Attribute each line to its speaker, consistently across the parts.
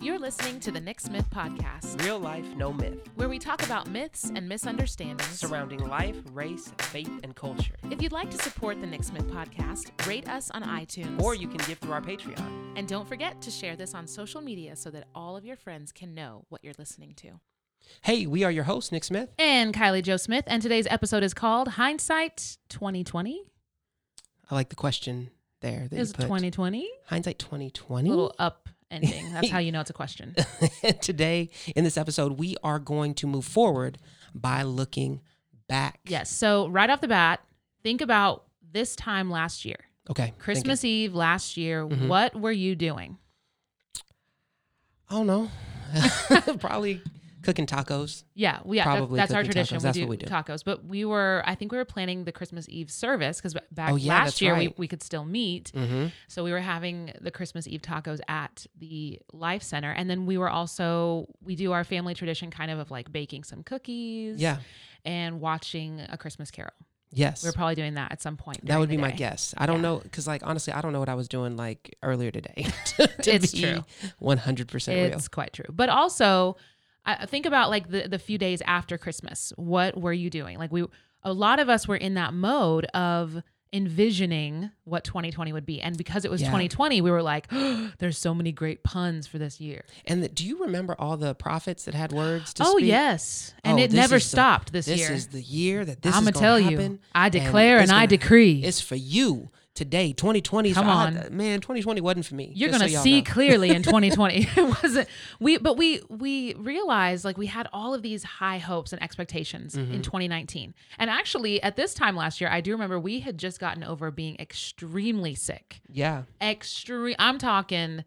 Speaker 1: You're listening to the Nick Smith Podcast,
Speaker 2: Real life, no myth,
Speaker 1: where we talk about myths and misunderstandings.
Speaker 2: surrounding life, race, faith, and culture.
Speaker 1: If you'd like to support the Nick Smith Podcast, rate us on iTunes.
Speaker 2: Or you can give through our Patreon.
Speaker 1: and don't forget to share this on social media so that all of your friends can know what you're listening to.
Speaker 2: Hey, we are your hosts, Nick Smith.
Speaker 1: And Kylie Joe Smith, and today's episode is called Hindsight 2020.
Speaker 2: I like the question there. That
Speaker 1: Is
Speaker 2: you put.
Speaker 1: 2020?
Speaker 2: hindsight
Speaker 1: A
Speaker 2: 2020?
Speaker 1: little up ending. That's how you know it's a question.
Speaker 2: Today, in this episode, we are going to move forward by looking back.
Speaker 1: Yes. So right off the bat, think about this time last year,
Speaker 2: Okay. thank you.
Speaker 1: Christmas Eve last year.
Speaker 2: Mhm.
Speaker 1: What were you doing?
Speaker 2: I don't know. Oh, Probably cooking tacos.
Speaker 1: Yeah, we, yeah, that-
Speaker 2: Probably
Speaker 1: that's our
Speaker 2: cooking
Speaker 1: tradition.
Speaker 2: tacos. That's what we do.
Speaker 1: tacos, but we were. I think we were planning the Christmas Eve service because back
Speaker 2: Oh, yeah,
Speaker 1: last
Speaker 2: that's
Speaker 1: year we,
Speaker 2: right.
Speaker 1: we could still meet,
Speaker 2: Mm-hmm.
Speaker 1: so we were having the Christmas Eve tacos at the Life Center, and then we were also we do our family tradition kind of of like baking some cookies,
Speaker 2: Yeah.
Speaker 1: and watching a Christmas Carol.
Speaker 2: Yes.
Speaker 1: We were probably doing that at some point.
Speaker 2: That would be
Speaker 1: during the
Speaker 2: my
Speaker 1: day.
Speaker 2: guess. I don't
Speaker 1: Yeah.
Speaker 2: know because, like, honestly, I don't know what I was doing like earlier today. to
Speaker 1: It's true.
Speaker 2: One hundred percent real.
Speaker 1: It's quite true. But also, I I think about like the the few days after Christmas. What were you doing? Like we, a lot of us were in that mode of envisioning what 2020 would be, and because it was
Speaker 2: Yeah.
Speaker 1: 2020, we were like, "There's so many great puns for this year."
Speaker 2: And the, do you remember all the prophets that had words to
Speaker 1: oh
Speaker 2: speak?
Speaker 1: yes, and
Speaker 2: Oh,
Speaker 1: it
Speaker 2: this
Speaker 1: never
Speaker 2: is the-
Speaker 1: stopped this,
Speaker 2: this
Speaker 1: year.
Speaker 2: is the year that this
Speaker 1: I'm
Speaker 2: is
Speaker 1: gonna
Speaker 2: going to
Speaker 1: tell you,
Speaker 2: happen,
Speaker 1: I
Speaker 2: and
Speaker 1: declare and,
Speaker 2: it's
Speaker 1: I
Speaker 2: gonna-
Speaker 1: decree.
Speaker 2: It's for you today. 2020.
Speaker 1: Come
Speaker 2: I- uh,
Speaker 1: on.
Speaker 2: man. 2020 wasn't for me.
Speaker 1: you're
Speaker 2: just so
Speaker 1: gonna
Speaker 2: y'all
Speaker 1: see
Speaker 2: know.
Speaker 1: clearly in 2020 it wasn't we but we we realized like we had all of these high hopes and expectations
Speaker 2: Mm-hmm.
Speaker 1: in 2019 and actually at this time last year i do remember we had just gotten over being extremely sick
Speaker 2: Yeah.
Speaker 1: extreme i'm talking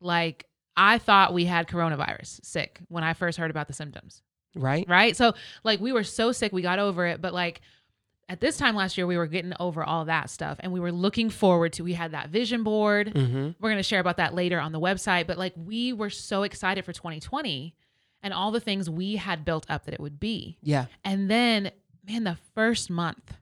Speaker 1: like i thought we had coronavirus sick when i first heard about the symptoms
Speaker 2: Right.
Speaker 1: right so like we were so sick we got over it but like at this time last year we were getting over all that stuff and we were looking forward to we had that vision board
Speaker 2: Mm-hmm.
Speaker 1: we're going to share about that later on the website but like we were so excited for 2020 and all the things we had built up that it would be
Speaker 2: Yeah.
Speaker 1: and then man the first month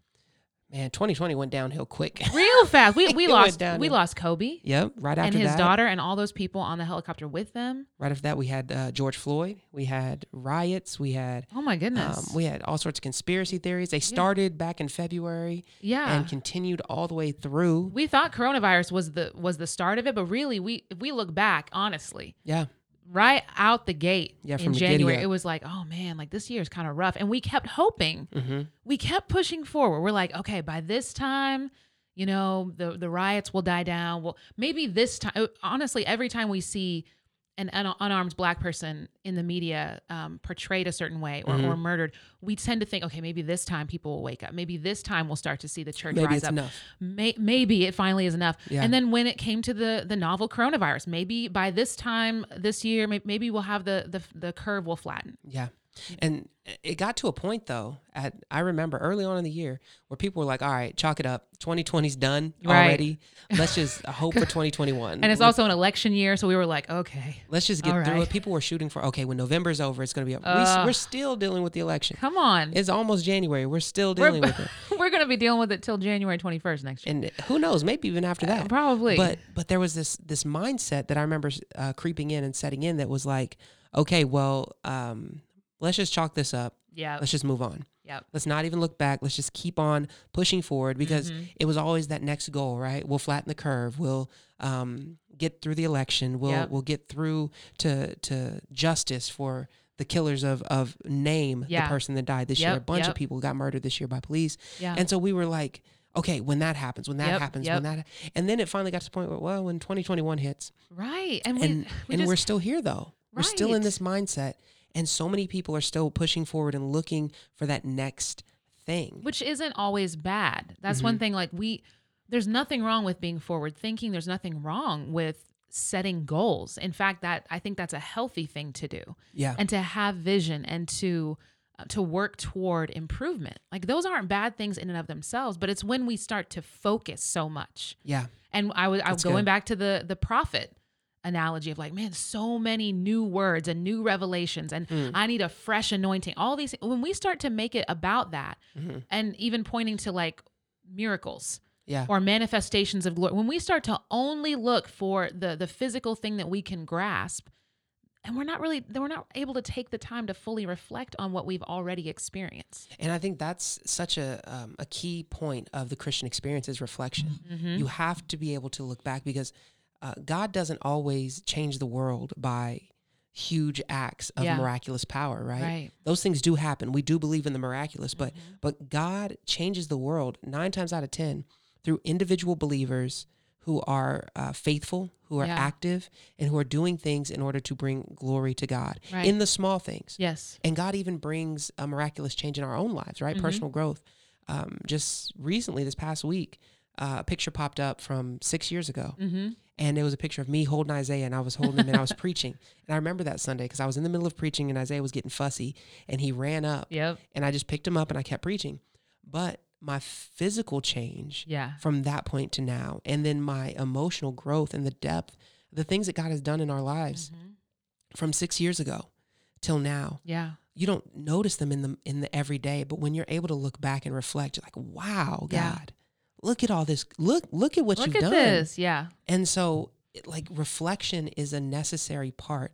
Speaker 2: Man. 2020 went downhill quick.
Speaker 1: real fast we, we
Speaker 2: It went
Speaker 1: lost
Speaker 2: down
Speaker 1: we
Speaker 2: in-
Speaker 1: lost kobe
Speaker 2: yep. Right after
Speaker 1: and his
Speaker 2: that.
Speaker 1: daughter and all those people on the helicopter with them
Speaker 2: Right after that, we had uh, George Floyd. We had riots. We had
Speaker 1: oh my goodness
Speaker 2: Um, we had all sorts of conspiracy theories. They started back in February
Speaker 1: yeah
Speaker 2: and continued all the way through.
Speaker 1: Ah. we thought coronavirus was the was the start of it but really we if we look back honestly
Speaker 2: Yeah,
Speaker 1: right out the gate
Speaker 2: Yeah,
Speaker 1: in
Speaker 2: from the giddy
Speaker 1: january
Speaker 2: up.
Speaker 1: it was like oh man like this year is kind of rough and we kept hoping
Speaker 2: hmm
Speaker 1: we kept pushing forward. We're like, okay, by this time, you know, the the riots will die down. Well, maybe this time. Honestly, every time we see an un- unarmed black person in the media um, portrayed a certain way or,
Speaker 2: Mhm.
Speaker 1: or murdered, we tend to think, okay, maybe this time people will wake up. Maybe this time we'll start to see the church
Speaker 2: maybe
Speaker 1: rise
Speaker 2: it's
Speaker 1: up.
Speaker 2: enough.
Speaker 1: May- maybe it finally is enough.
Speaker 2: Yeah.
Speaker 1: And then when it came to the the novel coronavirus, maybe by this time this year, may- maybe we'll have the the the curve will flatten.
Speaker 2: Yeah, and it got to a point though. At I remember early on in the year where people were like, "All right, chalk it up. 2020's done
Speaker 1: Right.
Speaker 2: already. Let's just hope for 2021."
Speaker 1: And it's
Speaker 2: Let's-
Speaker 1: also an election year, so we were like, okay,
Speaker 2: Let's just get
Speaker 1: All
Speaker 2: through
Speaker 1: right.
Speaker 2: it. People were shooting for okay. When November's over, it's going to be up. We
Speaker 1: Ugh.
Speaker 2: s we're still dealing with the election.
Speaker 1: come on.
Speaker 2: It's almost January. We're still
Speaker 1: We're-
Speaker 2: dealing with it.
Speaker 1: we're gonna be dealing with it till January 21st next year.
Speaker 2: and who knows maybe even after that
Speaker 1: Probably.
Speaker 2: but but there was this this mindset that i remember uh, creeping in and setting in that was like okay well um let's just chalk this up
Speaker 1: yeah,
Speaker 2: let's just move on
Speaker 1: Yep.
Speaker 2: let's not even look back let's just keep on pushing forward because
Speaker 1: Mm-hmm.
Speaker 2: it was always that next goal right we'll flatten the curve we'll um get through the election we'll
Speaker 1: Yep.
Speaker 2: we'll get through to to justice for the killers of of name
Speaker 1: Yeah.
Speaker 2: the person that died this year a
Speaker 1: Yep,
Speaker 2: bunch
Speaker 1: yep.
Speaker 2: of people got murdered this year by police
Speaker 1: yeah,
Speaker 2: and so we were like, okay, when that happens, when that
Speaker 1: Yep,
Speaker 2: happens,
Speaker 1: yep.
Speaker 2: when that, and then it finally got to the point where, well, when 2021 hits,
Speaker 1: right. And we,
Speaker 2: and
Speaker 1: we
Speaker 2: and
Speaker 1: just,
Speaker 2: we're still here though, we're still in
Speaker 1: Right.
Speaker 2: this mindset, and so many people are still pushing forward and looking for that next thing.
Speaker 1: which isn't always bad. That's
Speaker 2: Mm-hmm.
Speaker 1: one thing. Like we, there's nothing wrong with being forward thinking. There's nothing wrong with setting goals. In fact, that I think that's a healthy thing to do
Speaker 2: yeah,
Speaker 1: and to have vision and to uh, to work toward improvement. Like those aren't bad things in and of themselves, but it's when we start to focus so much
Speaker 2: yeah,
Speaker 1: And I was I was
Speaker 2: That's
Speaker 1: going
Speaker 2: good.
Speaker 1: back to the the prophet analogy of like, man, so many new words and new revelations, and
Speaker 2: Mm.
Speaker 1: I need a fresh anointing. All these when we start to make it about that,
Speaker 2: Mhm.
Speaker 1: and even pointing to like miracles
Speaker 2: yeah,
Speaker 1: or manifestations of glory, when we start to only look for the the physical thing that we can grasp, and we're not really then we're not able to take the time to fully reflect on what we've already experienced
Speaker 2: And I think that's such a um, a key point of the Christian experience is reflection.
Speaker 1: mm-hmm.
Speaker 2: You have to be able to look back because uh, God doesn't always change the world by huge acts of
Speaker 1: Yeah.
Speaker 2: miraculous power, right?
Speaker 1: right Mm-hmm.
Speaker 2: Those things do happen. We do believe in the miraculous, but but God changes the world nine times out of ten through individual believers who are uh, faithful, who are
Speaker 1: Yeah.
Speaker 2: active, and who are doing things in order to bring glory to God
Speaker 1: Right.
Speaker 2: in the small things.
Speaker 1: yes
Speaker 2: And God even brings a miraculous change in our own lives, right?
Speaker 1: Mhm.
Speaker 2: Personal growth. Um, just recently, this past week, uh, a picture popped up from six years ago,
Speaker 1: mm-hmm.
Speaker 2: and it was a picture of me holding Isaiah, and I was holding him, and I was preaching. And I remember that Sunday because I was in the middle of preaching, and Isaiah was getting fussy, and he ran up,
Speaker 1: yep
Speaker 2: and I just picked him up, and I kept preaching. But my physical change
Speaker 1: yeah
Speaker 2: from that point to now, and then my emotional growth and the depth, the things that God has done in our lives
Speaker 1: Mhm.
Speaker 2: from six years ago till now,
Speaker 1: yeah
Speaker 2: you don't notice them in the in the everyday but when you're able to look back and reflect you're like wow
Speaker 1: Yeah.
Speaker 2: god look at all this look look at what
Speaker 1: look
Speaker 2: you've
Speaker 1: at
Speaker 2: done
Speaker 1: this yeah
Speaker 2: and so it- like reflection is a necessary part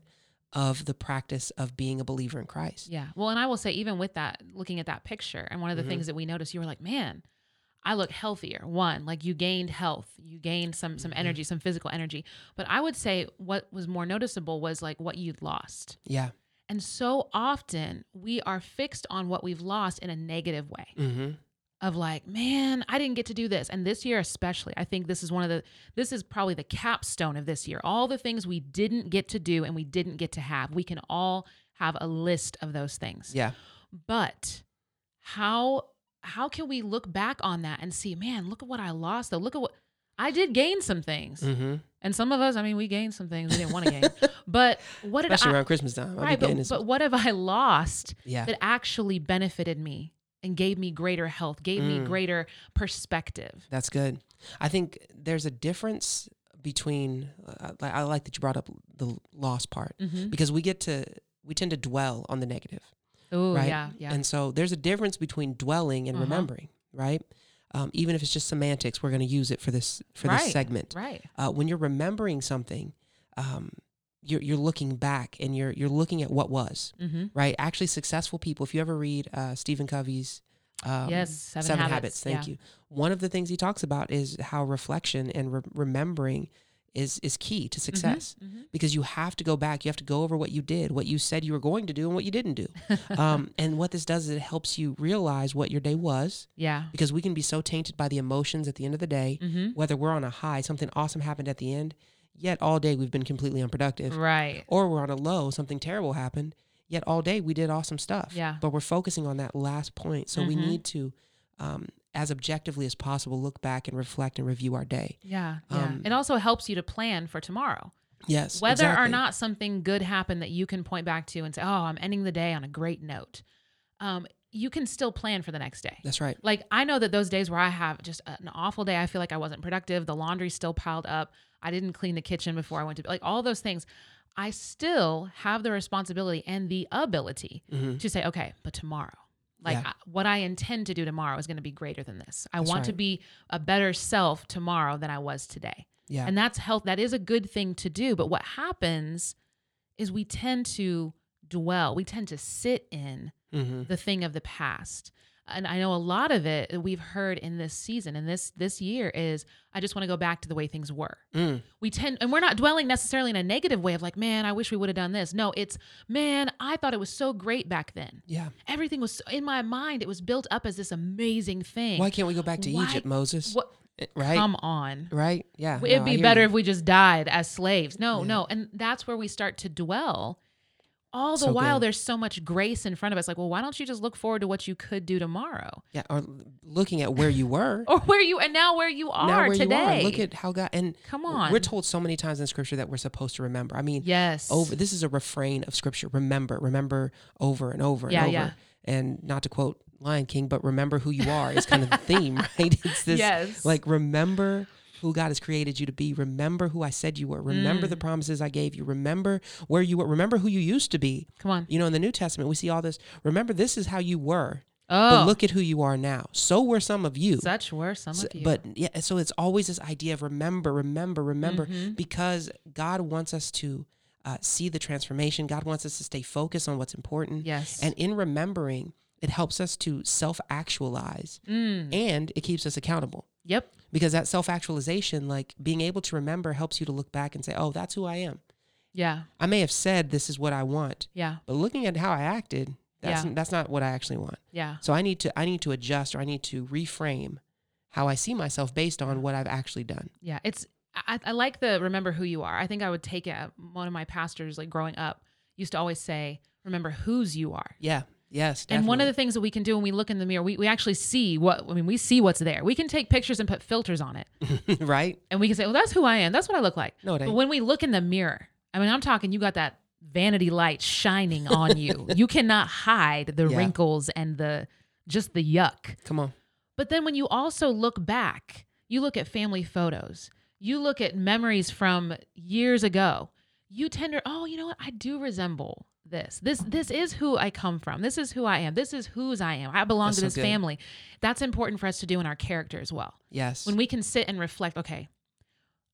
Speaker 2: of the practice of being a believer in christ
Speaker 1: Yeah. Well, and I will say, even with that, looking at that picture, and one of the
Speaker 2: Mhm.
Speaker 1: things that we noticed, you were like, man, I look healthier. One, like you gained health, you gained some some
Speaker 2: Mhm.
Speaker 1: energy, some physical energy. But I would say what was more noticeable was like what you'd lost.
Speaker 2: yeah
Speaker 1: And so often we are fixed on what we've lost in a negative way
Speaker 2: mm-hmm.
Speaker 1: of like, man, I didn't get to do this. And this year, especially, I think this is one of the, this is probably the capstone of this year. All the things we didn't get to do and we didn't get to have, we can all have a list of those things
Speaker 2: yeah
Speaker 1: but how how can we look back on that and see man look at what i lost though look at what i did gain some things
Speaker 2: mm-hmm.
Speaker 1: and some of us i mean we gained some things we didn't want to gain but what did
Speaker 2: especially
Speaker 1: i
Speaker 2: around christmas time I'll be
Speaker 1: right
Speaker 2: getting
Speaker 1: but,
Speaker 2: this-
Speaker 1: but what have i lost
Speaker 2: yeah
Speaker 1: that actually benefited me and gave me greater health gave me
Speaker 2: Mm.
Speaker 1: greater perspective
Speaker 2: That's good. I think there's a difference between. Uh, I I like that you brought up the loss part
Speaker 1: Mhm.
Speaker 2: because we get to we tend to dwell on the negative,
Speaker 1: oh
Speaker 2: right?
Speaker 1: yeah yeah
Speaker 2: And so there's a difference between dwelling and
Speaker 1: Uh-huh.
Speaker 2: remembering, right? Um, even if it's just semantics, we're going to use it for this for
Speaker 1: Right.
Speaker 2: this segment.
Speaker 1: right
Speaker 2: Uh, when you're remembering something, um, you're you're looking back and you're you're looking at what was,
Speaker 1: mm-hmm.
Speaker 2: right? Actually, successful people. If you ever read uh, Stephen Covey's. Um,
Speaker 1: yes seven,
Speaker 2: Seven, habits. Thank you. One of the things he talks about is how reflection and re- remembering is is key
Speaker 1: Mm-hmm.
Speaker 2: to success because you have to go back. You have to go over what you did, what you said you were going to do, and what you didn't do.
Speaker 1: Mm-hmm.
Speaker 2: um, and what this does is it helps you realize what your day was
Speaker 1: yeah
Speaker 2: because we can be so tainted by the emotions at the end of the day,
Speaker 1: mm-hmm.
Speaker 2: whether we're on a high, something awesome happened at the end, yet all day we've been completely unproductive,
Speaker 1: right
Speaker 2: or we're on a low, something terrible happened, yet all day we did awesome stuff.
Speaker 1: Yeah.
Speaker 2: But we're focusing on that last point. So we
Speaker 1: Mhm.
Speaker 2: need to, um, as objectively as possible, look back and reflect and review our day.
Speaker 1: yeah, yeah.
Speaker 2: Um,
Speaker 1: it also helps you to plan for tomorrow
Speaker 2: Yes.
Speaker 1: whether or
Speaker 2: exactly.
Speaker 1: not something good happened that you can point back to and say, "Oh, I'm ending the day on a great note," um, you can still plan for the next day.
Speaker 2: That's right.
Speaker 1: Like I know that those days where I have just an awful day, I feel like I wasn't productive. The laundry's still piled up. I didn't clean the kitchen before I went to like all those things. I still have the responsibility and the ability
Speaker 2: hmm
Speaker 1: to say, okay, but tomorrow, like
Speaker 2: Yeah.
Speaker 1: I, what I intend to do tomorrow is going to be greater than this. I
Speaker 2: That's
Speaker 1: want to
Speaker 2: right.
Speaker 1: be a better self tomorrow than I was today.
Speaker 2: Yeah.
Speaker 1: And that's health. That is a good thing to do. But what happens is we tend to dwell, we tend to sit in
Speaker 2: hmm
Speaker 1: the thing of the past. And I know a lot of it that we've heard in this season and this this year is I just want to go back to the way things were.
Speaker 2: Mm.
Speaker 1: We tend and we're not dwelling necessarily in a negative way of like, man, I wish we would have done this. No, it's man, I thought it was so great back then.
Speaker 2: Yeah.
Speaker 1: Everything was so- in my mind, it was built up as this amazing thing.
Speaker 2: Why can't we go back to
Speaker 1: Why-
Speaker 2: Egypt, Moses? Eh,
Speaker 1: What-
Speaker 2: Right.
Speaker 1: Come on.
Speaker 2: right. Yeah.
Speaker 1: It'd
Speaker 2: No, I
Speaker 1: be
Speaker 2: hear
Speaker 1: better
Speaker 2: you.
Speaker 1: if we just died as slaves. No,
Speaker 2: Yeah.
Speaker 1: no. And that's where we start to dwell. All the
Speaker 2: So
Speaker 1: while,
Speaker 2: good.
Speaker 1: there's so much grace in front of us. Like, well, why don't you just look forward to what you could do tomorrow
Speaker 2: Yeah. Or looking at where you were.
Speaker 1: or where you and now where Oh, you are
Speaker 2: now where
Speaker 1: today?
Speaker 2: you are. Look at how God and
Speaker 1: Come on.
Speaker 2: We're told so many times in Scripture that we're supposed to remember. I mean,
Speaker 1: yes.
Speaker 2: over this is a refrain of scripture remember remember over and over
Speaker 1: Yeah,
Speaker 2: and over
Speaker 1: yeah.
Speaker 2: and not to quote lion king but remember who you are is kind of the theme right it's this
Speaker 1: yes.
Speaker 2: like remember who god has created you to be remember who i said you were remember
Speaker 1: Mm.
Speaker 2: the promises i gave you remember where you were remember who you used to be
Speaker 1: come on.
Speaker 2: you know in the new testament we see all this remember this is how you were but
Speaker 1: Oh,
Speaker 2: look at who you are now so were some of you
Speaker 1: such were some
Speaker 2: so-
Speaker 1: of you.
Speaker 2: But yeah,
Speaker 1: Mm-hmm.
Speaker 2: so it's always this idea of remember, remember, remember, because God wants us to uh, see the transformation. God wants us to stay focused on what's important.
Speaker 1: Yes.
Speaker 2: And in remembering, it helps us to self actualize
Speaker 1: Mm.
Speaker 2: and it keeps us accountable
Speaker 1: Yep.
Speaker 2: because that self actualization, like being able to remember, helps you to look back and say, oh, that's who I am.
Speaker 1: Yeah.
Speaker 2: I may have said this is what I want,
Speaker 1: Yeah.
Speaker 2: but looking at how I acted, that's,
Speaker 1: Yeah.
Speaker 2: that's not what I actually want.
Speaker 1: Yeah.
Speaker 2: So I need to I need to adjust or I need to reframe how I see myself based on what I've actually done.
Speaker 1: Yeah, it's I, I like the remember who you are. I think I would take it. uh, One of my pastors, like growing up, used to always say, "Remember whose you are."
Speaker 2: Yeah. Yes.
Speaker 1: And one of the things that we can do when we look in the mirror, we, we actually see what I mean. We see what's there. We can take pictures and put filters on it,
Speaker 2: the right.
Speaker 1: and we can say, "Well, that's who I am. That's what I look like."
Speaker 2: No, it
Speaker 1: But
Speaker 2: ain't.
Speaker 1: when we look in the mirror, I mean, I'm talking. You got that vanity light shining on you. you cannot hide the
Speaker 2: Yeah.
Speaker 1: wrinkles and the just the yuck.
Speaker 2: Come on.
Speaker 1: But then when you also look back, you look at family photos, you look at memories from years ago, you tender, oh, you know what? I do resemble this. This this is who I come from. This is who I am. This is whose I am. I belong
Speaker 2: That's
Speaker 1: to
Speaker 2: so
Speaker 1: this
Speaker 2: good.
Speaker 1: family. That's important for us to do in our character as well.
Speaker 2: Yes.
Speaker 1: When we can sit and reflect, okay,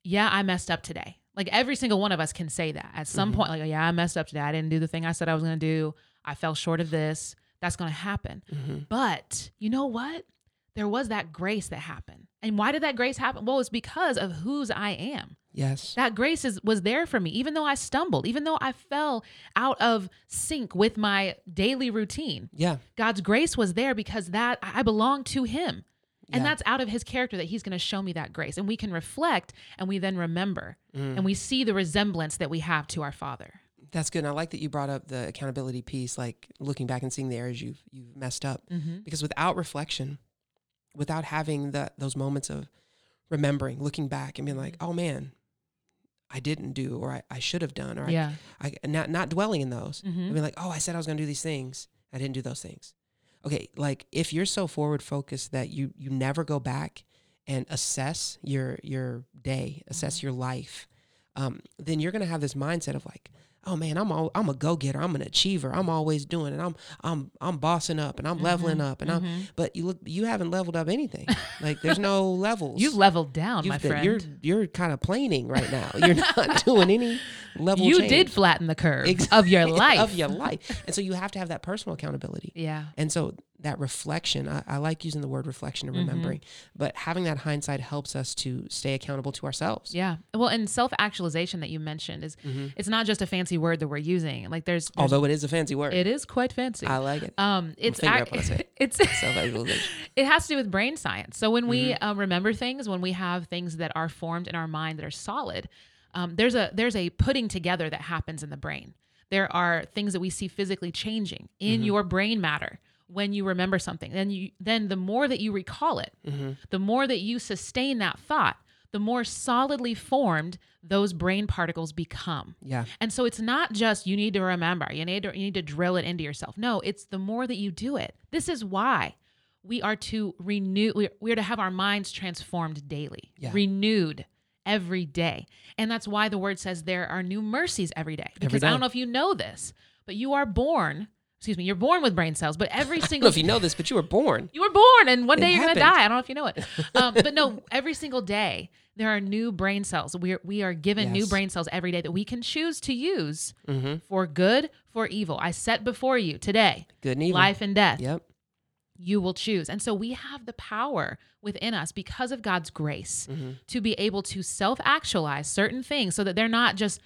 Speaker 1: yeah, I messed up today. Like every single one of us can say that at some
Speaker 2: Mhm.
Speaker 1: point, like, "Oh, yeah, I messed up today. I didn't do the thing I said I was gonna do. I fell short of this. That's gonna happen.
Speaker 2: Mhm.
Speaker 1: But you know what? There was that grace that happened. And why did that grace happen? Well, it's because of whose I am.
Speaker 2: Yes.
Speaker 1: That grace is, was there for me, even though I stumbled, even though I fell out of sync with my daily routine.
Speaker 2: Yeah.
Speaker 1: God's grace was there because that I I belong to Him. And
Speaker 2: Yeah.
Speaker 1: that's out of His character that He's going to show me that grace. And we can reflect and we then remember
Speaker 2: Mm.
Speaker 1: and
Speaker 2: Mm-hmm.
Speaker 1: we see the resemblance that we have to our Father.
Speaker 2: That's good. And I like that you brought up the accountability piece, like looking back and seeing the areas you've you've messed up.
Speaker 1: Mm-hmm.
Speaker 2: Because without reflection, without having that those moments of remembering, looking back and being like, oh man, I didn't do or I, I should have done or
Speaker 1: Yeah.
Speaker 2: I, I not not dwelling in those.
Speaker 1: Mhm.
Speaker 2: I mean, like, oh, I said I was going to do these things. I didn't do those things. Okay, like if you're so forward focused that you you never go back and assess your your day, assess
Speaker 1: Mm-hmm.
Speaker 2: your life, um, then you're going to have this mindset of like, oh man, I'm all, I'm a go getter, I'm an achiever, I'm always doing it, I'm I'm I'm bossing up and I'm leveling
Speaker 1: Mm-hmm.
Speaker 2: up and I'm. But you look, you haven't leveled up anything. like there's no levels.
Speaker 1: You've leveled down,
Speaker 2: You've
Speaker 1: my
Speaker 2: been-
Speaker 1: friend.
Speaker 2: You're you're kind of planing right now. You're not doing any level.
Speaker 1: you
Speaker 2: change
Speaker 1: did flatten the curve
Speaker 2: Ex-
Speaker 1: of your life.
Speaker 2: of your life. And so you have to have that personal accountability.
Speaker 1: Yeah.
Speaker 2: And so that reflection, I, I like using the word reflection and
Speaker 1: Mhm.
Speaker 2: remembering, but having that hindsight helps us to stay accountable to ourselves.
Speaker 1: Yeah. Well, and self actualization that you mentioned is
Speaker 2: Mhm.
Speaker 1: it's not just a fancy word that we're using. Like there's, there's-
Speaker 2: Although it is a fancy word.
Speaker 1: it is quite fancy.
Speaker 2: I like it.
Speaker 1: um it's
Speaker 2: finger
Speaker 1: ac-
Speaker 2: up when I say it.
Speaker 1: it's
Speaker 2: Self-actualization.
Speaker 1: it has to do with brain science. So when we uh, remember things, when we have things that are formed in our mind that are solid, um, there's a there's a putting together that happens in the brain. There are things that we see physically changing in your brain matter when you remember something. Then you then the more that you recall it, the more that you sustain that thought, the more solidly formed those brain particles become.
Speaker 2: yeah.
Speaker 1: And so it's not just you need to remember, you need to you need to drill it into yourself. No, it's the more that you do it. This is why we are to renew we are, we are to have our minds transformed daily,
Speaker 2: Yeah.
Speaker 1: renewed every day. And that's why the word says there are new mercies every day. Because I
Speaker 2: day.
Speaker 1: don't know if you know this, but you are born, excuse me, you're born with brain cells, but every
Speaker 2: I don't know
Speaker 1: single
Speaker 2: if you know this, but you were born.
Speaker 1: you were born, and one
Speaker 2: It
Speaker 1: day you're
Speaker 2: happened.
Speaker 1: gonna die. I don't know if you know it, um, but no. Every single day, there are new brain cells. We are, we are given new
Speaker 2: Yes.
Speaker 1: brain cells every day that we can choose to use
Speaker 2: Mm-hmm.
Speaker 1: for good, for evil. I set before you today
Speaker 2: Good and evil.
Speaker 1: life and death.
Speaker 2: Yep.
Speaker 1: You will choose, and so we have the power within us because of God's grace
Speaker 2: Mhm.
Speaker 1: to be able to self actualize certain things, so that they're not just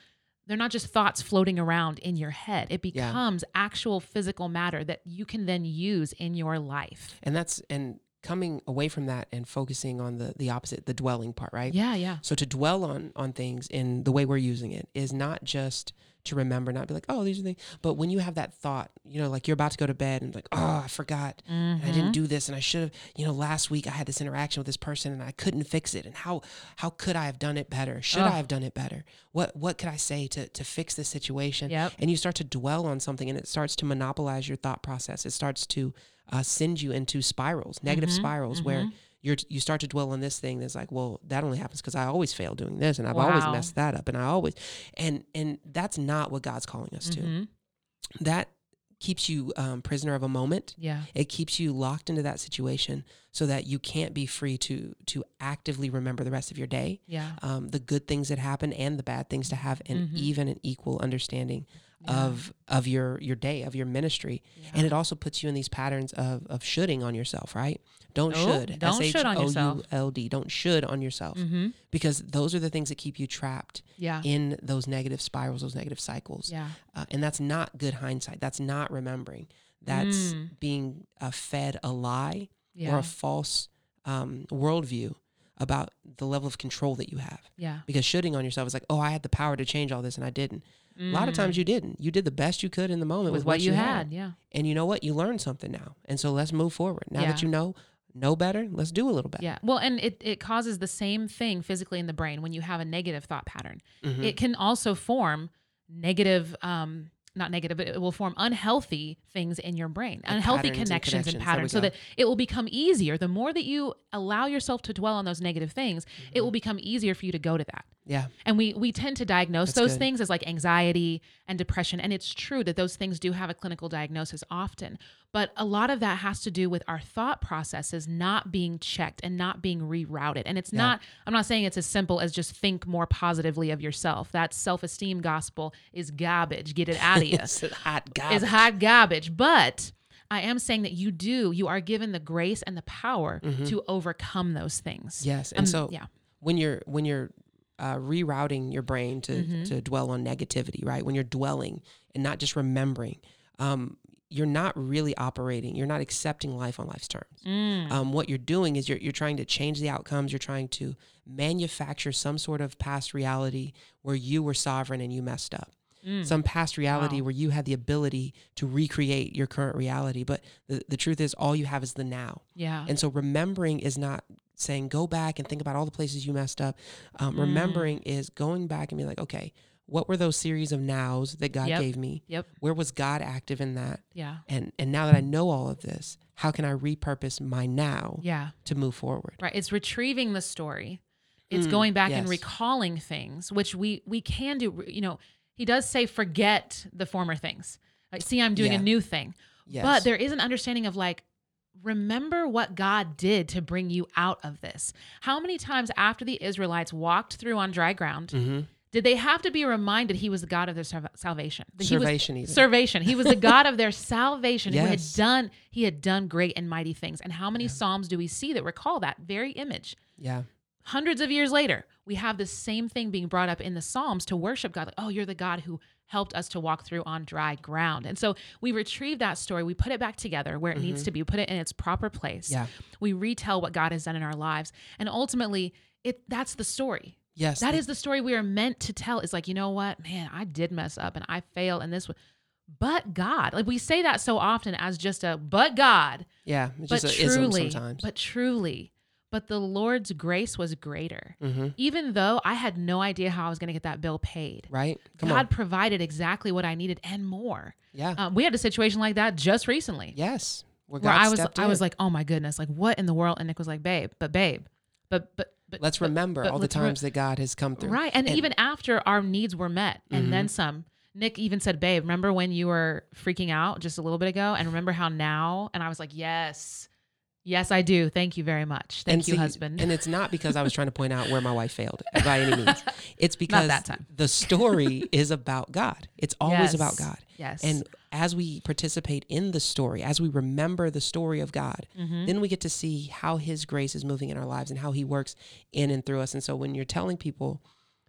Speaker 1: they're not just thoughts floating around in your head. It
Speaker 2: Yeah.
Speaker 1: becomes actual physical matter that you can then use in your life.
Speaker 2: And that's and coming away from that and focusing on the the opposite, the dwelling part, right?
Speaker 1: Yeah, yeah.
Speaker 2: So to dwell on on things in the way we're using it is not just to remember, not be like, oh, these are things. But when you have that thought, you know, like you're about to go to bed and like, oh, I forgot, and I didn't do this, and I should have. You know, last week I had this interaction with this person and I couldn't fix it, and how how could I have done it better? Should
Speaker 1: Ugh.
Speaker 2: I have done it better? What what could I say to to fix this situation?
Speaker 1: Yep.
Speaker 2: And you start to dwell on something, and it starts to monopolize your thought process. It starts to uh, send you into spirals, negative
Speaker 1: Mhm,
Speaker 2: spirals, where
Speaker 1: mhm.
Speaker 2: you're you start to dwell on this thing that's like well that only happens because i always fail doing this and i've always
Speaker 1: Wow.
Speaker 2: messed
Speaker 1: Mm-hmm.
Speaker 2: that up and i always and and that's not what god's calling us to
Speaker 1: Mhm.
Speaker 2: that keeps you um, prisoner of a moment.
Speaker 1: Yeah.
Speaker 2: It keeps you locked into that situation so that you can't be free to to actively remember the rest of your day
Speaker 1: Yeah.
Speaker 2: um, the good things that happen and the bad things to have an
Speaker 1: Mhm.
Speaker 2: even and equal understanding
Speaker 1: Yeah.
Speaker 2: of of your your day of your ministry and it also puts you in these patterns of of shoulding on yourself right don't
Speaker 1: Oh,
Speaker 2: should
Speaker 1: don't should on yourself.
Speaker 2: S-H-O-U-L-D, don't should on yourself
Speaker 1: Mm-hmm.
Speaker 2: because those are the things that keep you trapped
Speaker 1: Yeah.
Speaker 2: in those negative spirals those negative cycles
Speaker 1: Yeah.
Speaker 2: uh, and that's not good hindsight that's not remembering that's
Speaker 1: Mm.
Speaker 2: being uh, fed a lie
Speaker 1: Yeah.
Speaker 2: or a false um, worldview about the level of control that you have
Speaker 1: yeah.
Speaker 2: because shooting on yourself is like, oh, I had the power to change all this and I didn't. A lot of times you didn't. You did the best you could in the moment
Speaker 1: Mm-hmm. Mm. with, what,
Speaker 2: with,
Speaker 1: you had. Yeah.
Speaker 2: And you know what? You learned something now. And so let's move forward. Now that
Speaker 1: Yeah.
Speaker 2: you know know better, let's do a little better.
Speaker 1: Yeah. Well, and it, it causes the same thing physically in the brain when you have a negative thought pattern.
Speaker 2: Mhm.
Speaker 1: It can also form negative, um, not negative, but it will form unhealthy things in your brain,
Speaker 2: Like
Speaker 1: unhealthy
Speaker 2: patterns and
Speaker 1: connections and
Speaker 2: connections. There we
Speaker 1: patterns, so
Speaker 2: go.
Speaker 1: that it will become easier. The more that you allow yourself to dwell on those negative things, it
Speaker 2: Mm-hmm.
Speaker 1: will become easier for you to go to that.
Speaker 2: yeah.
Speaker 1: And we we tend to diagnose
Speaker 2: That's
Speaker 1: those
Speaker 2: good.
Speaker 1: things as like anxiety and depression. And it's true that those things do have a clinical diagnosis often. But a lot of that has to do with our thought processes not being checked and not being rerouted. And it's
Speaker 2: Yeah.
Speaker 1: not, I'm not saying it's as simple as just think more positively of yourself. That self esteem gospel is garbage. Get it out of you.
Speaker 2: It's hot God.
Speaker 1: It's hot garbage. But I am saying that you do, you are given the grace and the power to overcome those things.
Speaker 2: yes. Mm-hmm. And
Speaker 1: Um,
Speaker 2: so
Speaker 1: yeah.
Speaker 2: when you're when you're uh, rerouting your brain to
Speaker 1: Mm-hmm.
Speaker 2: to dwell on negativity, right? When you're dwelling and not just remembering, um, you're not really operating. You're not accepting life on life's terms.
Speaker 1: Mm,
Speaker 2: Um, what you're doing is you're you're trying to change the outcomes. You're trying to manufacture some sort of past reality where you were sovereign and you messed up.
Speaker 1: Mm.
Speaker 2: Some past reality where you had the ability to recreate your current reality. But the, the truth is, all you have is the now.
Speaker 1: Yeah.
Speaker 2: And so remembering is not saying go back and think about all the places you messed up. Um,
Speaker 1: Mm.
Speaker 2: Remembering is going back and being like, okay, what were those series of nows that God
Speaker 1: Yep.
Speaker 2: gave me?
Speaker 1: Yep.
Speaker 2: Where was God active in that?
Speaker 1: Yeah.
Speaker 2: And and now that I know all of this, how can I repurpose my now
Speaker 1: Yeah.
Speaker 2: to move forward?
Speaker 1: Right. It's retrieving the story. It's
Speaker 2: Mm,
Speaker 1: going back and
Speaker 2: yes.
Speaker 1: recalling things, which we we can do. You know, he does say forget the former things. Like, see, I'm doing
Speaker 2: Yeah.
Speaker 1: a new thing.
Speaker 2: Yes.
Speaker 1: But there is an understanding of like, remember what God did to bring you out of this. How many times after the Israelites walked through on dry ground
Speaker 2: Mhm.
Speaker 1: did they have to be reminded he was the God of their salv- salvation? That he was-
Speaker 2: Salvation even.
Speaker 1: Salvation. He was the God of their salvation. He had
Speaker 2: Yes.
Speaker 1: done he had done great and mighty things. And how many psalms do we see that recall that very image?
Speaker 2: yeah.
Speaker 1: Hundreds of years later, we have the same thing being brought up in the psalms to worship God. Like, oh, you're the God who helped us to walk through on dry ground. And so we retrieve that story, we put it back together where it needs to be, put it in its proper place.
Speaker 2: Mm-hmm. Yeah.
Speaker 1: We retell what God has done in our lives. And ultimately, it that's the story.
Speaker 2: Yes.
Speaker 1: That
Speaker 2: the-
Speaker 1: is the story we are meant to tell. It's like, you know what? Man, I did mess up and I fail and this was but God. Like we say that so often as just a but God.
Speaker 2: yeah. It's
Speaker 1: But
Speaker 2: just a ism
Speaker 1: truly.
Speaker 2: sometimes.
Speaker 1: But truly. But the Lord's grace was greater.
Speaker 2: hmm
Speaker 1: Even though I had no idea how I was going to get that bill paid.
Speaker 2: Right. Come
Speaker 1: God
Speaker 2: on.
Speaker 1: provided exactly what I needed and more.
Speaker 2: Yeah.
Speaker 1: Um, we had a situation like that just recently
Speaker 2: yes.
Speaker 1: where
Speaker 2: God
Speaker 1: I was
Speaker 2: stepped
Speaker 1: I was
Speaker 2: in.
Speaker 1: like, "Oh my goodness, like what in the world?" And Nick was like, "Babe, but babe, but but but
Speaker 2: let's
Speaker 1: but-
Speaker 2: remember
Speaker 1: but
Speaker 2: all the
Speaker 1: let's re-
Speaker 2: times that God has come through.
Speaker 1: Right. And,
Speaker 2: And- Mm-hmm.
Speaker 1: even after our needs were met and then some, Nick even said, Babe, remember when you were freaking out just a little bit ago? And remember how now? And I was like, Yes. Yes, I do. Thank you very much. Thank you,
Speaker 2: see,
Speaker 1: husband.
Speaker 2: And it's not because I was trying to point out where my wife failed by any means. It's because
Speaker 1: that time.
Speaker 2: the story is about God. It's always about
Speaker 1: Yes.
Speaker 2: God.
Speaker 1: Yes.
Speaker 2: And as we participate in the story, as we remember the story of God,
Speaker 1: Mm-hmm.
Speaker 2: then we get to see how his grace is moving in our lives and how he works in and through us. And so when you're telling people,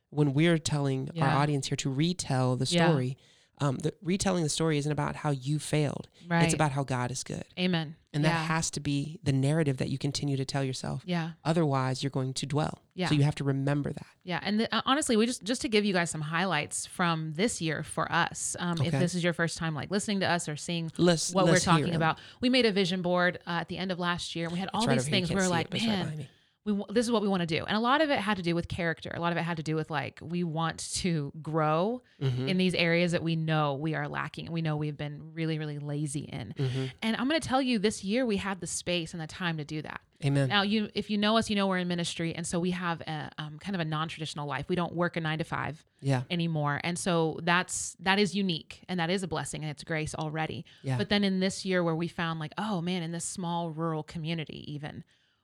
Speaker 2: when we're telling
Speaker 1: Yeah.
Speaker 2: our audience here to retell the
Speaker 1: Yeah.
Speaker 2: story, um, the, retelling the story isn't about how you failed.
Speaker 1: Right.
Speaker 2: It's about how God is good.
Speaker 1: Amen.
Speaker 2: And
Speaker 1: yeah.
Speaker 2: that has to be the narrative that you continue to tell yourself.
Speaker 1: yeah.
Speaker 2: Otherwise, you're going to dwell.
Speaker 1: Yeah.
Speaker 2: So you have to remember that.
Speaker 1: Yeah, and the, uh, honestly, we just just to give you guys some highlights from this year for us. Um, If
Speaker 2: Okay.
Speaker 1: this is your first time, like listening to us or seeing
Speaker 2: Let's-
Speaker 1: what
Speaker 2: let's
Speaker 1: we're
Speaker 2: hear
Speaker 1: talking
Speaker 2: 'em.
Speaker 1: about, we made a vision board uh, at the end of last year. and We had all
Speaker 2: right
Speaker 1: these
Speaker 2: over here. You
Speaker 1: things.
Speaker 2: can't
Speaker 1: We were
Speaker 2: see it,
Speaker 1: like,
Speaker 2: but it's right
Speaker 1: man,
Speaker 2: behind me."
Speaker 1: we w- this is what we want to do and a lot of it had to do with character a lot of it had to do with like we want to grow
Speaker 2: Mhm.
Speaker 1: in these areas that we know we are lacking and we know we've been really really lazy in
Speaker 2: Mhm.
Speaker 1: and i'm going to tell you this year we had the space and the time to do that
Speaker 2: Amen.
Speaker 1: now you if you know us you know we're in ministry and so we have a um, kind of a non-traditional life we don't work a nine to five
Speaker 2: yeah.
Speaker 1: anymore and so that's that is unique and that is a blessing and it's grace already
Speaker 2: Yeah.
Speaker 1: but then in this year where we found like oh man in this small rural community even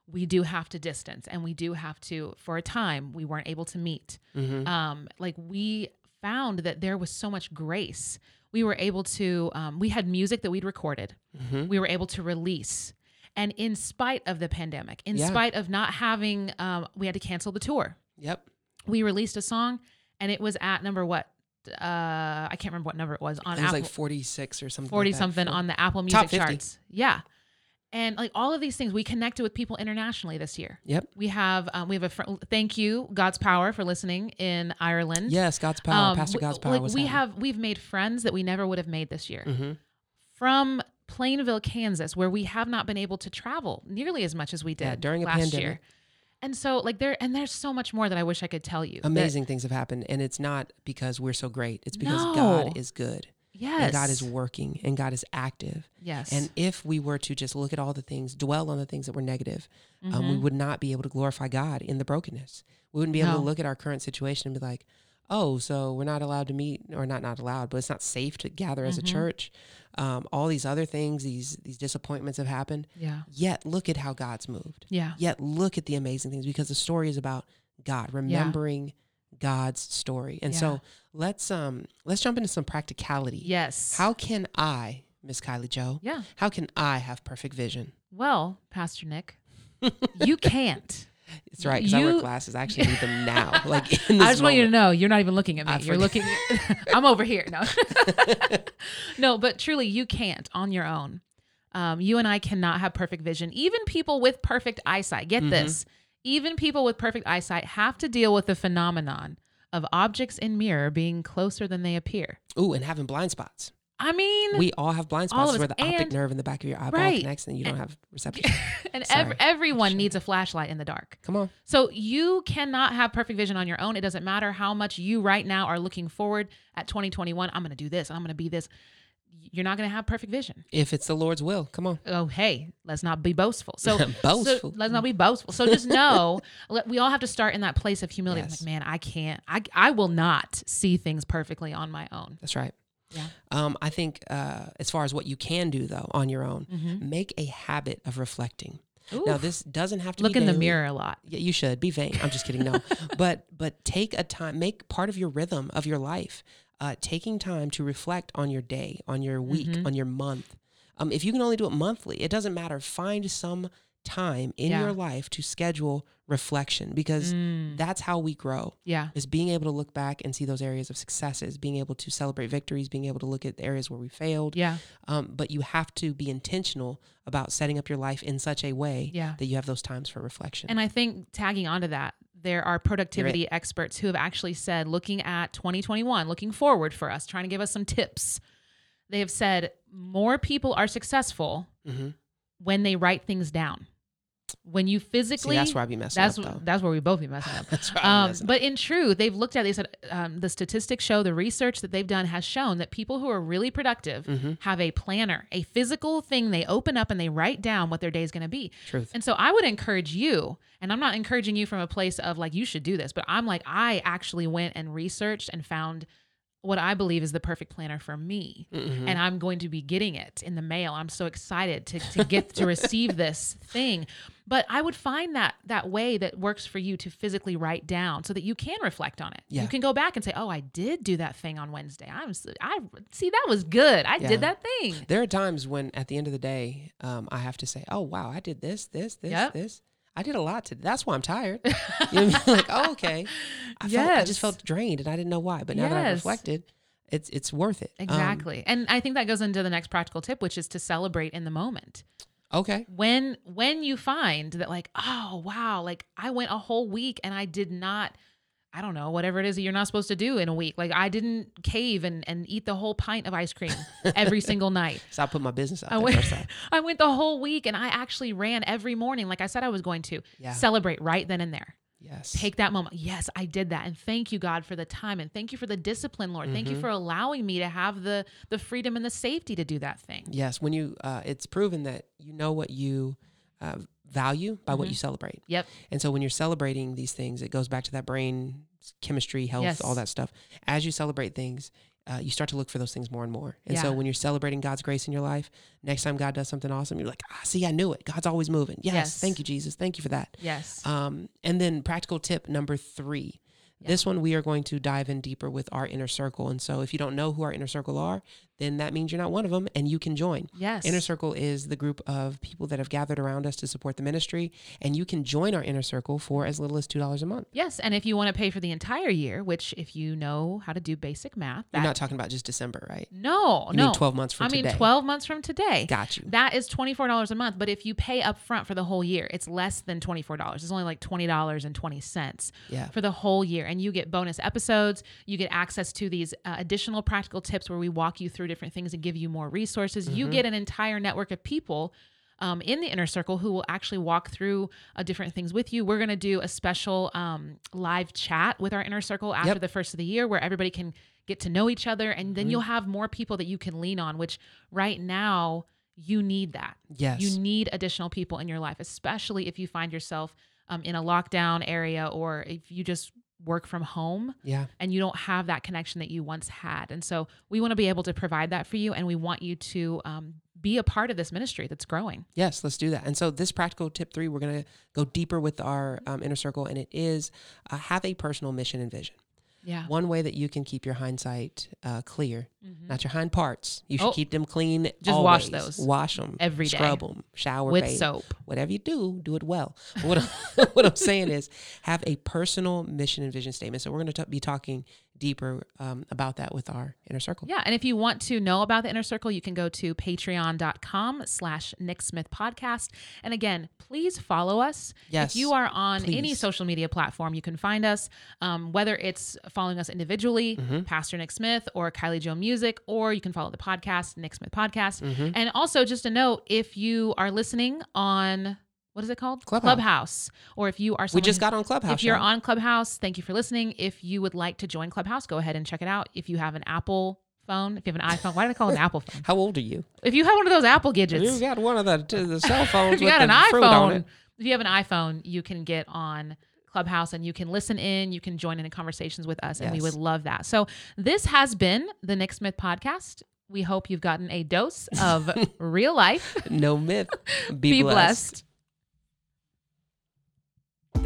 Speaker 1: we do have to distance and we do have to for a time we weren't able to meet
Speaker 2: Mhm.
Speaker 1: um, like we found that there was so much grace we were able to um, we had music that we'd recorded
Speaker 2: Mhm.
Speaker 1: we were able to release and in spite of the pandemic in
Speaker 2: Yeah.
Speaker 1: spite of not having um, we had to cancel the tour
Speaker 2: Yep.
Speaker 1: we released a song and it was at number what uh i can't remember what number it was on
Speaker 2: it was
Speaker 1: apple
Speaker 2: like 46 or something.
Speaker 1: 40
Speaker 2: like that.
Speaker 1: something
Speaker 2: Four-
Speaker 1: on the apple
Speaker 2: Top
Speaker 1: music
Speaker 2: 50.
Speaker 1: charts yeah and like all of these things we connected with people internationally this year
Speaker 2: Yep.
Speaker 1: we have um, we have a fr- thank you god's power for listening in ireland
Speaker 2: Yes, God's power,
Speaker 1: Um,
Speaker 2: Pastor
Speaker 1: we-
Speaker 2: God's power.
Speaker 1: like,
Speaker 2: was
Speaker 1: we
Speaker 2: having-
Speaker 1: have we've made friends that we never would have made this year
Speaker 2: Mhm.
Speaker 1: from Plainville, Kansas, where we have not been able to travel nearly as much as we did
Speaker 2: Yeah, during a
Speaker 1: last
Speaker 2: pandemic.
Speaker 1: year. And so like there and there's so much more that I wish I could tell you. that-
Speaker 2: amazing things have happened, and it's not because we're so great. It's because
Speaker 1: No.
Speaker 2: God is good,
Speaker 1: Yes.
Speaker 2: and God is working, and God is active.
Speaker 1: Yes.
Speaker 2: And if we were to just look at all the things, dwell on the things that were negative,
Speaker 1: Mm-hmm.
Speaker 2: um, we would not be able to glorify God in the brokenness. We wouldn't be able
Speaker 1: No.
Speaker 2: to look at our current situation and be like, oh, so we're not allowed to meet, or not not allowed, but it's not safe to gather as a
Speaker 1: Mm-hmm.
Speaker 2: church. Um, all these other things, these these disappointments have happened.
Speaker 1: yeah.
Speaker 2: Yet look at how God's moved.
Speaker 1: Yeah.
Speaker 2: Yet look at the amazing things because the story is about God remembering God's story. And
Speaker 1: Yeah.
Speaker 2: so let's um let's jump into some practicality.
Speaker 1: Yes.
Speaker 2: How can I, Miss Kylie Joe,
Speaker 1: Yeah.
Speaker 2: how can I have perfect vision?
Speaker 1: Well, Pastor Nick, you can't.
Speaker 2: It's right because I
Speaker 1: You-
Speaker 2: wear glasses. I actually need them now. Like in this
Speaker 1: I just want you to
Speaker 2: moment.
Speaker 1: know you're not even looking at me.
Speaker 2: I
Speaker 1: you're looking I'm over here. No. no, but truly you can't on your own. Um, you and I cannot have perfect vision. Even people with perfect eyesight, get this. Even people with perfect eyesight have to deal with the phenomenon of objects in mirror being closer than they appear.
Speaker 2: Ooh, and having blind spots.
Speaker 1: I mean,
Speaker 2: We all have blind
Speaker 1: All of
Speaker 2: spots
Speaker 1: us.
Speaker 2: where the optic
Speaker 1: And-
Speaker 2: nerve in the back of your eyeball
Speaker 1: Right.
Speaker 2: connects and you don't have reception.
Speaker 1: and
Speaker 2: sorry.
Speaker 1: ev- everyone needs a flashlight in the dark.
Speaker 2: Come on.
Speaker 1: So you cannot have perfect vision on your own. It doesn't matter how much you right now are looking forward at 2021. I'm going to do this. I'm going to be this. You're not going to have perfect vision.
Speaker 2: If it's the Lord's will, come on.
Speaker 1: Oh, hey, let's not be boastful. So
Speaker 2: Boastful.
Speaker 1: so let's not be boastful. So just know let- we all have to start in that place of humility.
Speaker 2: Yes.
Speaker 1: Like, man, I can't. I I will not see things perfectly on my own.
Speaker 2: That's right.
Speaker 1: Yeah.
Speaker 2: Um, I think uh, as far as what you can do though on your own,
Speaker 1: Mhm.
Speaker 2: make a habit of reflecting.
Speaker 1: Ooh,
Speaker 2: Mm-hmm. Now this doesn't have to
Speaker 1: look
Speaker 2: be
Speaker 1: in the
Speaker 2: daily.
Speaker 1: mirror a lot.
Speaker 2: Yeah, you should be vain. I'm just kidding. No, but but take a time, make part of your rhythm of your life, uh, taking time to reflect on your day, on your week,
Speaker 1: Mm-hmm.
Speaker 2: on your month. Um, if you can only do it monthly, it doesn't matter. Find some time in
Speaker 1: Yeah. Mm.
Speaker 2: your life to schedule reflection because that's how we grow
Speaker 1: Yeah.
Speaker 2: is being able to look back and see those areas of successes, being able to celebrate victories, being able to look at the areas where we failed.
Speaker 1: Yeah.
Speaker 2: Um, but you have to be intentional about setting up your life in such a way
Speaker 1: Yeah.
Speaker 2: that you have those times for reflection.
Speaker 1: And I think tagging onto that, there are productivity experts who have actually said, looking at 2021, looking forward for us, trying to give us some tips. They have said more people are successful
Speaker 2: Mhm.
Speaker 1: when they write things down. When you physically,
Speaker 2: See, that's where I be messing
Speaker 1: that's
Speaker 2: up though.
Speaker 1: that's where we both be messing up.
Speaker 2: That's where I be
Speaker 1: Um,
Speaker 2: messing
Speaker 1: but in truth, they've looked at it. They said um, the statistics show the research that they've done has shown that people who are really productive
Speaker 2: Mm. Mm-hmm.
Speaker 1: have a planner, a physical thing they open up and they write down what their day is going to be.
Speaker 2: Truth.
Speaker 1: And so I would encourage you, and I'm not encouraging you from a place of like, you should do this, but I'm like, I actually went and researched and found what I believe is the perfect planner for me.
Speaker 2: Mm-hmm.
Speaker 1: And I'm going to be getting it in the mail. I'm so excited to, to get to receive this thing. But I would find that that way that works for you to physically write down so that you can reflect on it.
Speaker 2: Yeah.
Speaker 1: You can go back and say, "Oh, I did do that thing on Wednesday. I'm s- I see that was good. I
Speaker 2: Yeah.
Speaker 1: did that thing."
Speaker 2: There are times when at the end of the day, um, I have to say, oh, wow, I did this, this, this,
Speaker 1: Yep.
Speaker 2: this. I did a lot today. That's why I'm tired. you know what I mean? Like, oh, okay. I, felt, I
Speaker 1: Yes.
Speaker 2: just felt drained and I didn't know why. But now that I've
Speaker 1: Yes.
Speaker 2: reflected, it's it's worth it. Um,
Speaker 1: Exactly. and I think that goes into the next practical tip, which is to celebrate in the moment.
Speaker 2: okay.
Speaker 1: When when you find that like, oh wow, like I went a whole week and I did not I don't know, whatever it is that you're not supposed to do in a week. Like I didn't cave and, and eat the whole pint of ice cream every single night.
Speaker 2: So I put my business out
Speaker 1: I
Speaker 2: there
Speaker 1: went,
Speaker 2: first time.
Speaker 1: I went the whole week and I actually ran every morning like I said I was going to.
Speaker 2: Yeah.
Speaker 1: Celebrate right then and there.
Speaker 2: Yes.
Speaker 1: Take that moment. Yes, I did that. And thank you God for the time and thank you for the discipline, Lord. Thank
Speaker 2: Mm-hmm.
Speaker 1: you for allowing me to have the the freedom and the safety to do that thing.
Speaker 2: Yes. When you, uh, it's proven that you know what you uh, value by
Speaker 1: Mm-hmm.
Speaker 2: what you celebrate.
Speaker 1: Yep.
Speaker 2: And so when you're celebrating these things, it goes back to that brain chemistry, health,
Speaker 1: Yes.
Speaker 2: all that stuff. As you celebrate things, uh, you start to look for those things more and more. And so
Speaker 1: Yeah.
Speaker 2: when you're celebrating God's grace in your life, next time God does something awesome, you're like, ah, see, I knew it. God's always moving. Yes.
Speaker 1: Yes.
Speaker 2: Thank you, Jesus. Thank you for that.
Speaker 1: Yes.
Speaker 2: Um, and then practical tip number three. This one we are going to dive in deeper with our inner circle. And so if you don't know who our inner circle are, then that means you're not one of them and you can join.
Speaker 1: yes.
Speaker 2: Inner Circle is the group of people that have gathered around us to support the ministry, and you can join our Inner Circle for as little as two dollars a month.
Speaker 1: yes, and if you want to pay for the entire year, which if you know how to do basic math, that
Speaker 2: You're not talking about just December, right?
Speaker 1: No,
Speaker 2: You
Speaker 1: no.
Speaker 2: mean twelve months from
Speaker 1: I mean,
Speaker 2: today.
Speaker 1: 12 months from today.
Speaker 2: Got you.
Speaker 1: That is $24 a month. But if you pay up front for the whole year, it's less than $24. It's only like $20.20
Speaker 2: Yeah.
Speaker 1: for the whole year. And you get bonus episodes. You get access to these uh, additional practical tips where we walk you through different things and give you more resources.
Speaker 2: Mm-hmm.
Speaker 1: You get an entire network of people. Um, in the inner circle, who will actually walk through uh, different things with you. We're going to do a special um, live chat with our inner circle after
Speaker 2: Yep. Mm-hmm.
Speaker 1: the first of the year where everybody can get to know each other. And then you'll have more people that you can lean on, which right now you need that.
Speaker 2: Yes.
Speaker 1: You need additional people in your life, especially if you find yourself um, in a lockdown area or if you just work from home
Speaker 2: yeah.
Speaker 1: and you don't have that connection that you once had. And so we want to be able to provide that for you. And we want you to um, be a part of this ministry that's growing.
Speaker 2: Yes, let's do that. And so, this practical tip three, we're going to go deeper with our um, inner circle, and it is uh, have a personal mission and vision.
Speaker 1: Yeah.
Speaker 2: One way that you can keep your hindsight uh, clear, not your hind parts, you should
Speaker 1: Mm-hmm. Oh.
Speaker 2: keep them clean.
Speaker 1: Just wash
Speaker 2: always.
Speaker 1: those
Speaker 2: Wash them
Speaker 1: every day.
Speaker 2: Scrub them, shower
Speaker 1: With
Speaker 2: bathe.
Speaker 1: soap.
Speaker 2: whatever you do, do it well. But What I'm, what I'm saying is have a personal mission and vision statement. So we're going to be talking deeper um, about that with our inner circle.
Speaker 1: Yeah, and if you want to know about the inner circle, you can go to patreon.com slash Nick Smith Podcast. And again, please follow us.
Speaker 2: Yes,
Speaker 1: If you are on any
Speaker 2: please.
Speaker 1: social media platform, you can find us, um, whether it's following us individually,
Speaker 2: Mm-hmm.
Speaker 1: Pastor Nick Smith or Kylie Joe Music, or you can follow the podcast, Nick Smith Podcast.
Speaker 2: Mm-hmm.
Speaker 1: And also just a note, if you are listening on what is it called?
Speaker 2: Clubhouse.
Speaker 1: Or if you are
Speaker 2: We
Speaker 1: someone
Speaker 2: just
Speaker 1: who-
Speaker 2: got on Clubhouse.
Speaker 1: if you're
Speaker 2: y'all.
Speaker 1: on Clubhouse, thank you for listening. If you would like to join Clubhouse, go ahead and check it out. If you have an Apple phone, if you have an iPhone, why did I call it an Apple phone?
Speaker 2: how old are you?
Speaker 1: If you have one of those Apple
Speaker 2: You
Speaker 1: gadgets,
Speaker 2: got one of the, t- the cell phones.
Speaker 1: if you
Speaker 2: with
Speaker 1: got
Speaker 2: the
Speaker 1: an
Speaker 2: fruit on it.
Speaker 1: iPhone, if you have an iPhone, you can get on Clubhouse and you can listen in, you can join in in conversations with us, and we
Speaker 2: Yes.
Speaker 1: would love that. So this has been the Nick Smith podcast. We hope you've gotten a dose of real life.
Speaker 2: no myth. Be,
Speaker 1: Be
Speaker 2: blessed.
Speaker 1: blessed.